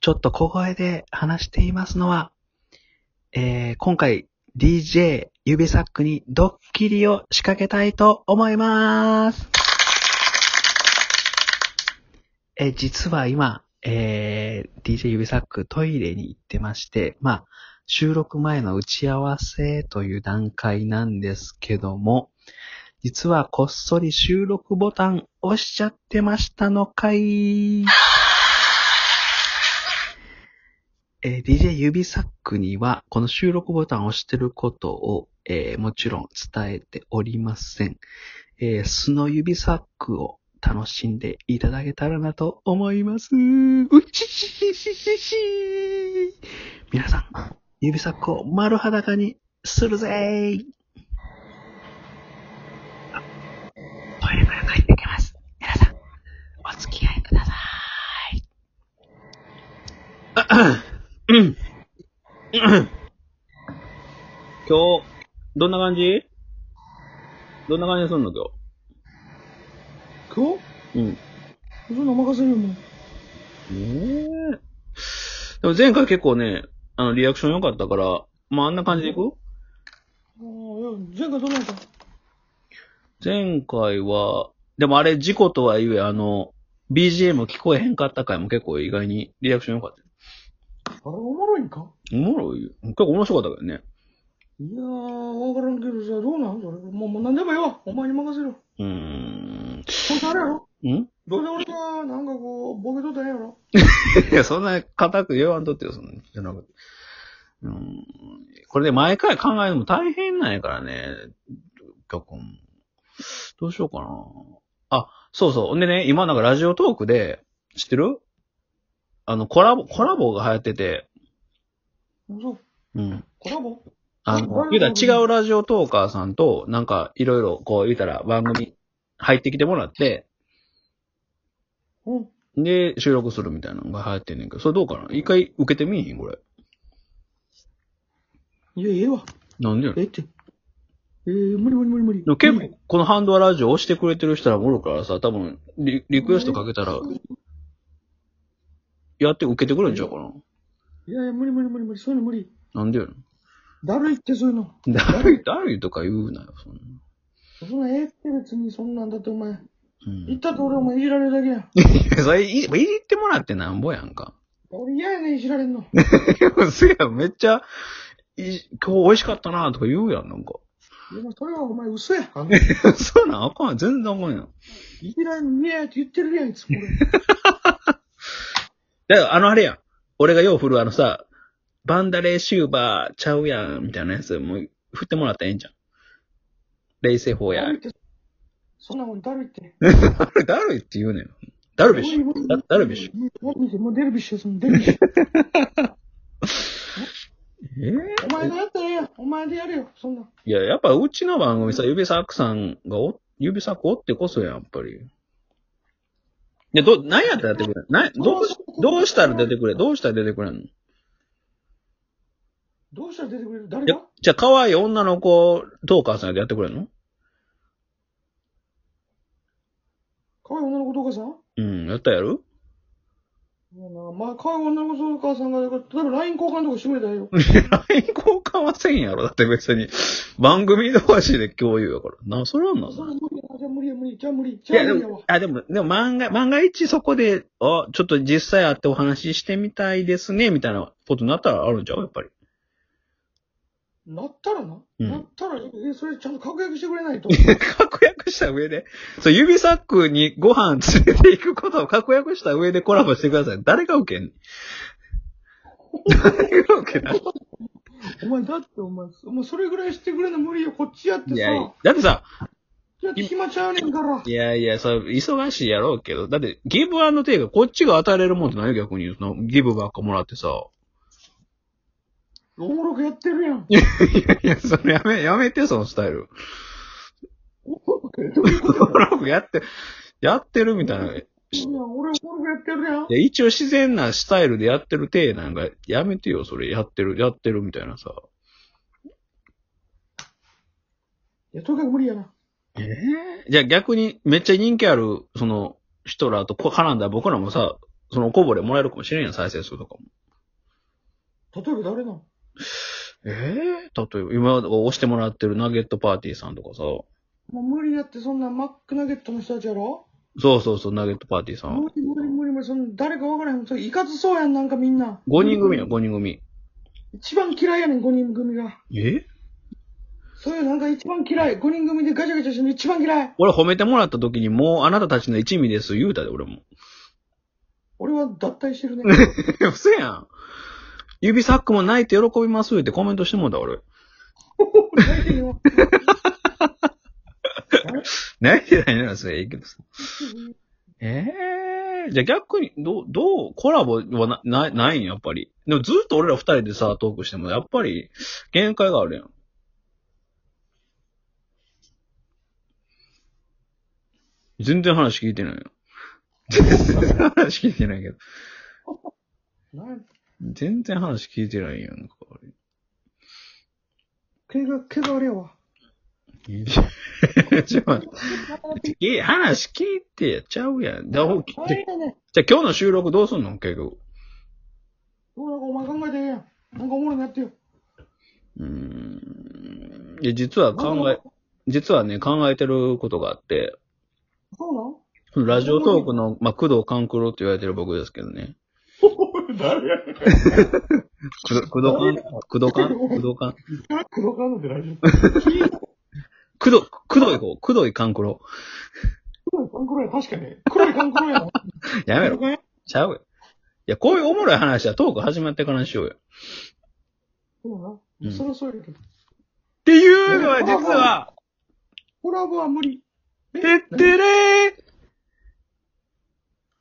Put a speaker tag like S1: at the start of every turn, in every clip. S1: ちょっと小声で話していますのは、えー、今回 DJ 指サックにドッキリを仕掛けたいと思います。えー、実は今、えー、DJ 指サックトイレに行ってまして、まあ、収録前の打ち合わせという段階なんですけども、実はこっそり収録ボタン押しちゃってましたのかい。えー DJ 指サックには、この収録ボタンを押してることを、えーもちろん伝えておりません。えー素の指サックを楽しんでいただけたらなと思います。うちししししし皆さん、指サックを丸裸にするぜーあトイレから帰ってきます。皆さん、お付き合いください。
S2: うん。 今日、どんな感じどんな感じすんの今
S3: 今
S2: 日。うん。
S3: 日そんな任せるもん。
S2: ねえ。でも前回結構ね、あの、リアクション良かったから、まああんな感じでいく
S3: ああ、いや、前回どうなんか。
S2: 前回は、でもあれ事故とはいえ、あの、BGM 聞こえへんかった回も結構意外にリアクション良かった。
S3: あれ、おもろいんか
S2: おもろいよ。結構面白かったけどね。
S3: いやー、わからんけどさ、どうなんそれ。もう、もう何でもええわ。お前に任せろ。
S2: うーん。
S3: ほんとあれやろ
S2: ん
S3: どうせ俺が、なんかこう、ボケとったらええやろ。
S2: いや、そんな固く言わんとってよ、そんな。じゃなくて。うん。これで毎回考えるのも大変なんやからね。脚本。どうしようかな。あ、そうそう。ほんでね、今なんかラジオトークで、知ってるあの、コラボ、コラボが流行ってて、
S3: そ
S2: う
S3: う。
S2: ん。
S3: コラボ
S2: あ
S3: コラ
S2: の、
S3: ボ
S2: 言うたら違うラジオトーカーさんと、なんか、いろいろ、こう、言うたら番組入ってきてもらって、
S3: うん。
S2: で、収録するみたいなのが流行ってんねんけど、それどうかな一回受けてみいひんこれ。
S3: いや、ええわ。
S2: なんでやろ
S3: ええって。えー、無理無理無理無理。
S2: でも結構、このハンドアラジオ押してくれてる人らもおるからさ、多分リ、リクエストかけたら、やって受けてくれんちゃうかな。
S3: いやいや、無理無理無理無理。そういうの無理。
S2: なんでやね
S3: だるいって、そういうの。
S2: ん。だるい、だるいとか言うなよ、そんな。
S3: そんなええって別に、そんなんだってお前。
S2: うん。
S3: 言ったって俺はもういじられるだけや。
S2: それ、い、言ってもらってなんぼやんか。
S3: 俺嫌やねん、いじられんの。
S2: でも せや、めっちゃ、い今日美味しかったなとか言うやん、なんか。
S3: でもそれはお前嘘や。あの、い
S2: そうなん、あかん、全然あかんやん。
S3: じらんねえって言ってるやん、いつも俺。
S2: だから、あのあれやん。俺がよう振るあのさ、バンダレーシューバーちゃうやん、みたいなやつ、もう、振ってもらったらええんじゃん。冷静法や。
S3: だるいってそんなもんだるいって。
S2: あれ、ダルイって言うねん。ダルビッシュ。ダダルビッシュ。
S3: ュ。もうデルビッシュや、そのデルビッシュ。
S2: え
S3: お前がやったらええやん。お前でやれよ、そんな。
S2: いや、やっぱうちの番組さ、指サックさんがお、指サックおってこそやん、やっぱり。いや、ど、何やったら出てくれなどうし、どうしたら出てくれどうしたら出てくれんのい
S3: どうしたら出てくれる誰
S2: や
S3: が、
S2: じゃあ、可愛い女の子、トーカーさんでやってくれんの
S3: 可愛い女の子とお母さん
S2: うん、やったらやる
S3: いやなまあ、可愛い女の子とお母さんが、例えば LINE 交換とかしてくれたらええよ。
S2: ?LINE 交換はせんやろだって別に、番組同士で共有やから。な、それはなん
S3: そ
S2: だ
S3: れ無理や。じゃあ無理や、無理。じゃあ無理。
S2: い
S3: じゃあ
S2: や、で
S3: 無理やわ
S2: も。、あ、でも、でも、万が、万が一そこで、あ、ちょっと実際会ってお話ししてみたいですね、みたいなことになったらあるんちゃうやっぱり。
S3: なったらな。
S2: うん
S3: なったら、え、それちゃんと確約してくれないと。
S2: 確約した上で、そう、指サックにご飯連れて行くことを確約した上でコラボしてください。誰が受けんねん 誰が受けない
S3: お前、だってお前、お前それぐらいしてくれな無理よ。こっちやってさ。
S2: いやいや
S3: だ、
S2: だってさ、
S3: って暇ちゃうねんから。
S2: いやいや、そう、忙しいやろうけど、だって、ギブアンドテイク、こっちが与えれるもんってない逆に言うと、ギブばっかもらってさ。
S3: おもろくやってるやん。
S2: いやいや、それやめ、やめて、そのスタイル。
S3: おもろくやってるやん。
S2: ブログやって、やってるみたいな。い
S3: 俺おもろくやってるやん。
S2: や、一応自然なスタイルでやってる体なんか、やめてよ、それ。やってる、やってるみたいなさ。
S3: いや、とにかく無理やな。
S2: ええじゃあ逆に、めっちゃ人気ある、その、人らとこ絡んだ僕らもさ、そのおこぼれもらえるかもしれんやん、再生数とかも。
S3: 例えば誰なの
S2: ええ例えば、今押してもらってるナゲットパーティーさんとかさ、
S3: もう無理だって、そんなマックナゲットの人たちやろ
S2: そうそうそう、ナゲットパーティーさん
S3: 無。理無理無理無理、そんな誰かわからへん。それいかつそうやん、なんかみんな。
S2: 5人組よ、5人組。
S3: 一番嫌いやねん、5人組が。
S2: え
S3: そういうなんか一番嫌い。5人組でガチャガチャしてるの一番嫌い。
S2: 俺褒めてもらった時にもうあなたたちの一味です、言うたで、俺 も。
S3: 俺は脱退してる ね。
S2: え、嘘やん。指サックもないって喜びますってコメントしてもうた、俺。
S3: 泣いてるよ
S2: ないじゃないな、それ、ええけどさ。ええじゃあ逆に、どう、どう、コラボはな、ない、ないん、やっぱり。でもずっと俺ら二人でさ、トークしても、やっぱり、限界があるやん。全然話聞いてないよ。全然話聞いてないけど。
S3: なん
S2: 全然話聞いてないやんか、あれ
S3: 毛が、毛があれやわ。
S2: いやちょっと待っていや話聞いてや、ちゃうやん。じゃあ、ほうじゃ
S3: あ
S2: あ
S3: れやね。
S2: 今日の収録どうすんの結局。
S3: どうなんかお前考えてええやん。なんかおもろいのやってよ。
S2: うーん。いや、実は考え、
S3: え。
S2: 実はね、考えてることがあって、
S3: そうなん
S2: ラジオトークの、まあ、工藤勘九郎って言われてる僕ですけどね。
S3: 誰やねん。
S2: 工藤工藤勘、工藤勘、工藤勘。
S3: 黒川なんて大丈
S2: 工藤、工藤行こう。工藤勘九郎。
S3: 黒い缶黒や、確かに。黒い缶 黒やな。
S2: やめろ。
S3: ろ。
S2: ちゃうよ。いや、こういうおもろい話はトーク始まってからにしようよ。っ
S3: そうな。そりゃそうやけど。
S2: ていうのは実は、
S3: コラボは無理。え
S2: てってれー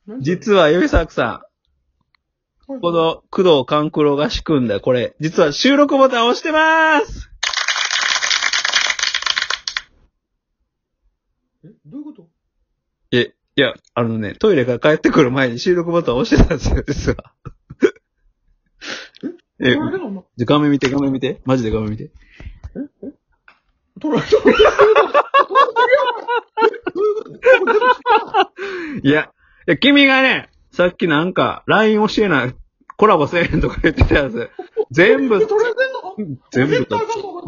S3: 何
S2: 実は、指作さん、この工藤勘九郎が仕組んだこれ、実は収録ボタン押してまーす
S3: えどういうこと
S2: え、いや、あのね、トイレから帰ってくる前に収録ボタン押してたんですよ、実は。え、
S3: 取られるの
S2: じゃ画面見て、画面見て。マジで画面見て。
S3: 取られるの取られるの取られるの
S2: いや、いや、君がね、さっきなんか、LINE 教えない、コラボせえへんとか言ってたやつ。全部、
S3: 取られてんの
S2: 全部撮っ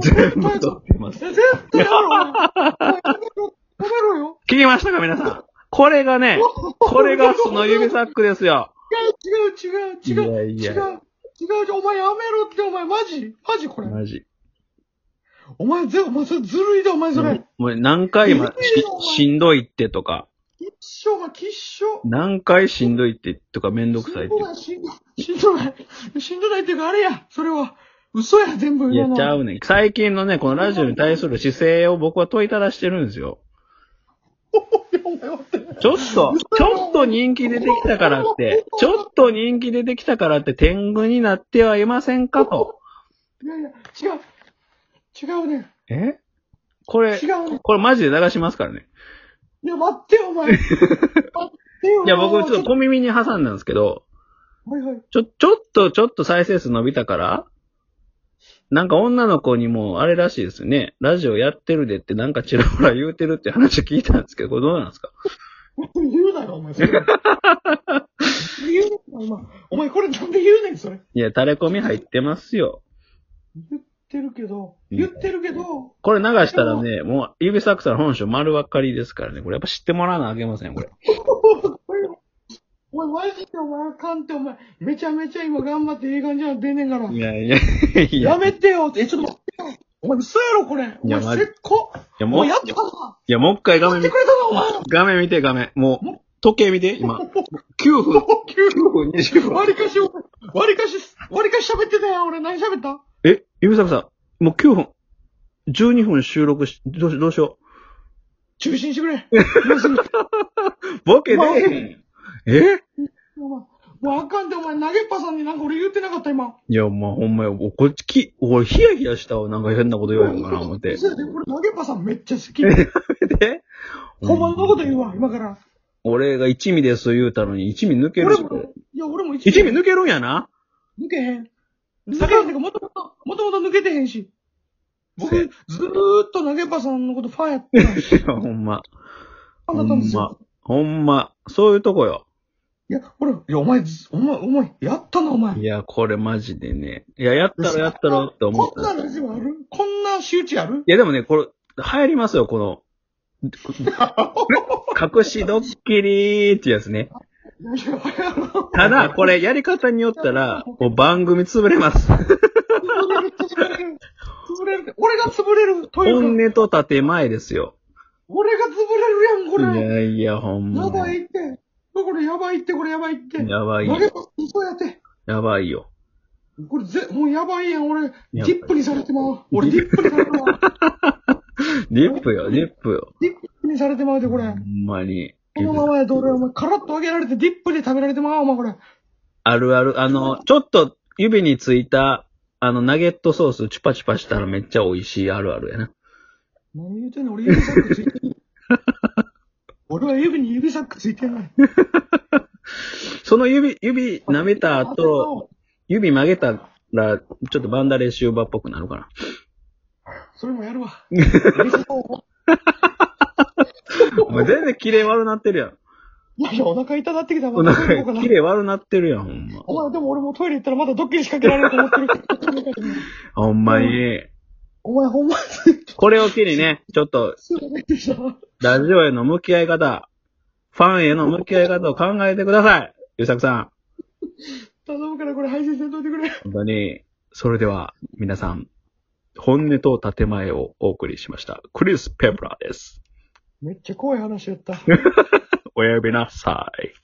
S2: 全部撮ってます。
S3: え絶対やろお前お前やめろやめろよ
S2: 聞きましたか、皆さん。これがね、これがその指サックですよ。
S3: 違う違う違う違う
S2: いやいや
S3: 違う違うお前やめろってお前マジマジこれ
S2: マジ。
S3: お前ぜお前それずるいでお前それ
S2: もう何回今
S3: いいよお前
S2: し、しんどいってとか、
S3: 一生お前吉祥
S2: 何回しんどいってとかめんどくさいって。
S3: しんどいしんどいしんどないっていうかあれやそれは嘘や全部
S2: いや、
S3: の
S2: ちゃうねん。最近のね、このラジオに対する姿勢を僕は問いただしてるんですよ。
S3: お前待って
S2: ちょっと、ちょっと人気出てきたからって、ちょっと人気出てきたからって天狗になってはいませんかと。
S3: いやいや違う違うね
S2: えこれ
S3: 違、うね
S2: これマジで流しますからね。
S3: いや待ってよお前待ってよ
S2: いや、僕ちょっと小耳に挟んだんですけど、
S3: はいはい
S2: ちょ、ちょっと、ちょっと再生数伸びたから、なんか女の子にも、あれらしいですね。ラジオやってるでってなんかちらほら言うてるって話聞いたんですけど、これどうなんですか
S3: 言うなよ、お前、それ。言うなよ、お前。お前、これなんで言うねん、それ。
S2: いや、垂れ込み入ってますよ。
S3: 言ってるけど、
S2: うん
S3: 言ってるけど、
S2: これ流したらね、もう、指サックさんの本性丸分かりですからね。これやっぱ知ってもらわなあげません、これ。
S3: これお前、マジでお前あかんって、お前、めちゃめちゃ今頑張って映画じゃん出んねんから。
S2: いやいや、いや、
S3: や
S2: い
S3: めてよって、え、ちょっと待ってよ。お前、嘘やろ、これ。お
S2: いや
S3: 前、
S2: マジ
S3: せっこ。
S2: や
S3: お
S2: もう、
S3: 前、
S2: い
S3: やってたな。
S2: や、もう一回画面
S3: やって
S2: 見
S3: くれたな、お前。
S2: 画面見て、画面。もう、時計見て、今。9分、9分20分。
S3: 割りかし、割りかし、割りかし喋ってたやん、俺。何喋った
S2: え、ゆうさくさん、もう9分、12分収録し、どうしどうしよ
S3: 中心してくれ。
S2: う。 ボケで
S3: お前
S2: え
S3: お前、もうあかんって、お前、投げっぱさんになんか俺言ってなかった、今。
S2: いや、まあ、ほんまよ。おこっちき、俺ヒヤヒヤしたわ。なんか変なこと言わへんかな、思って。
S3: そうやで、俺、投げっぱさんめっちゃ好き。
S2: で、
S3: ほんまのこと言うわ、今から。
S2: 俺が一味です言うたのに、一味抜ける
S3: 俺
S2: し
S3: も、いや、俺も一
S2: 一味抜けるんやな
S3: 抜けへん。酒井なんかもともと、もともと抜けてへんし。僕、
S2: せ
S3: ずーっと投げっぱさんのことファンやったんですよ。
S2: ほんま。
S3: ファ
S2: ほ
S3: ンだったんで
S2: ん
S3: す
S2: ま
S3: よ。。
S2: ほんま。そういうとこよ。
S3: いや、ほら、いや、お前、ずお前、お前、やったな、お前
S2: い。や、これマジでね。いや、やったらやったらって思っ
S3: こん
S2: た。
S3: ないラジオあるこんな周知 ある
S2: や、でもね、これ、流行りますよ、この、隠しドッキリーってやつね。
S3: いやいややろ
S2: ただ、これやり方によったら、もう番組潰れます。
S3: 潰れる、潰れる。潰れる。俺が潰れるという
S2: 本
S3: か、
S2: 音と建前ですよ。
S3: 俺が潰
S2: い
S3: れるやん、これ。
S2: やいや、ほんま
S3: や
S2: に。
S3: ばいって。これやばいって、これやばいって。
S2: やばいよ
S3: 投。げと嘘やって。
S2: やばいよ。
S3: これぜ、もうやばいやん、俺。
S2: い
S3: ディップにされてまう。俺ディップにされてまう。
S2: リップよ、リップよ。
S3: ディップにされてまうで、これ。
S2: ほんまに。
S3: このままやと俺、お前、カラッと揚げられて、ディップで食べられてまう、お前、これ。
S2: あるある。あの、ちょっと指についた、あの、ナゲットソースチュパチュパしたらめっちゃ美味しいあるあるやな。
S3: 何言うてんの俺指サックつい てんの俺は指に指サックついてない。
S2: その指、指舐めた後、指曲げたら、ちょっとバンダレーシューバーっぽくなるかな。
S3: それもやるわ。指サックを
S2: お前全然キレ悪なってるやん。
S3: いやいや、お腹痛なってき た
S2: お
S3: わ。トイレ行
S2: 腹
S3: こうかな
S2: キレ悪なってるやん、ほんま。
S3: お前、でも俺もうトイレ行ったらまだドッキリ仕掛けられると思ってる。
S2: ほんまに。
S3: お前、ほんまに
S2: これを機にね、ちょっと、
S3: すぐ出てきたわ。
S2: ラジオへの向き合い方、ファンへの向き合い方を考えてください。ゆうさくさん。
S3: 頼むからこれ配信せんといてくれ。
S2: 本当に、それでは皆さん、本音と建前をお送りしました。クリス・ペプラーです。
S3: めっちゃ怖い話やった。
S2: おやびなさい。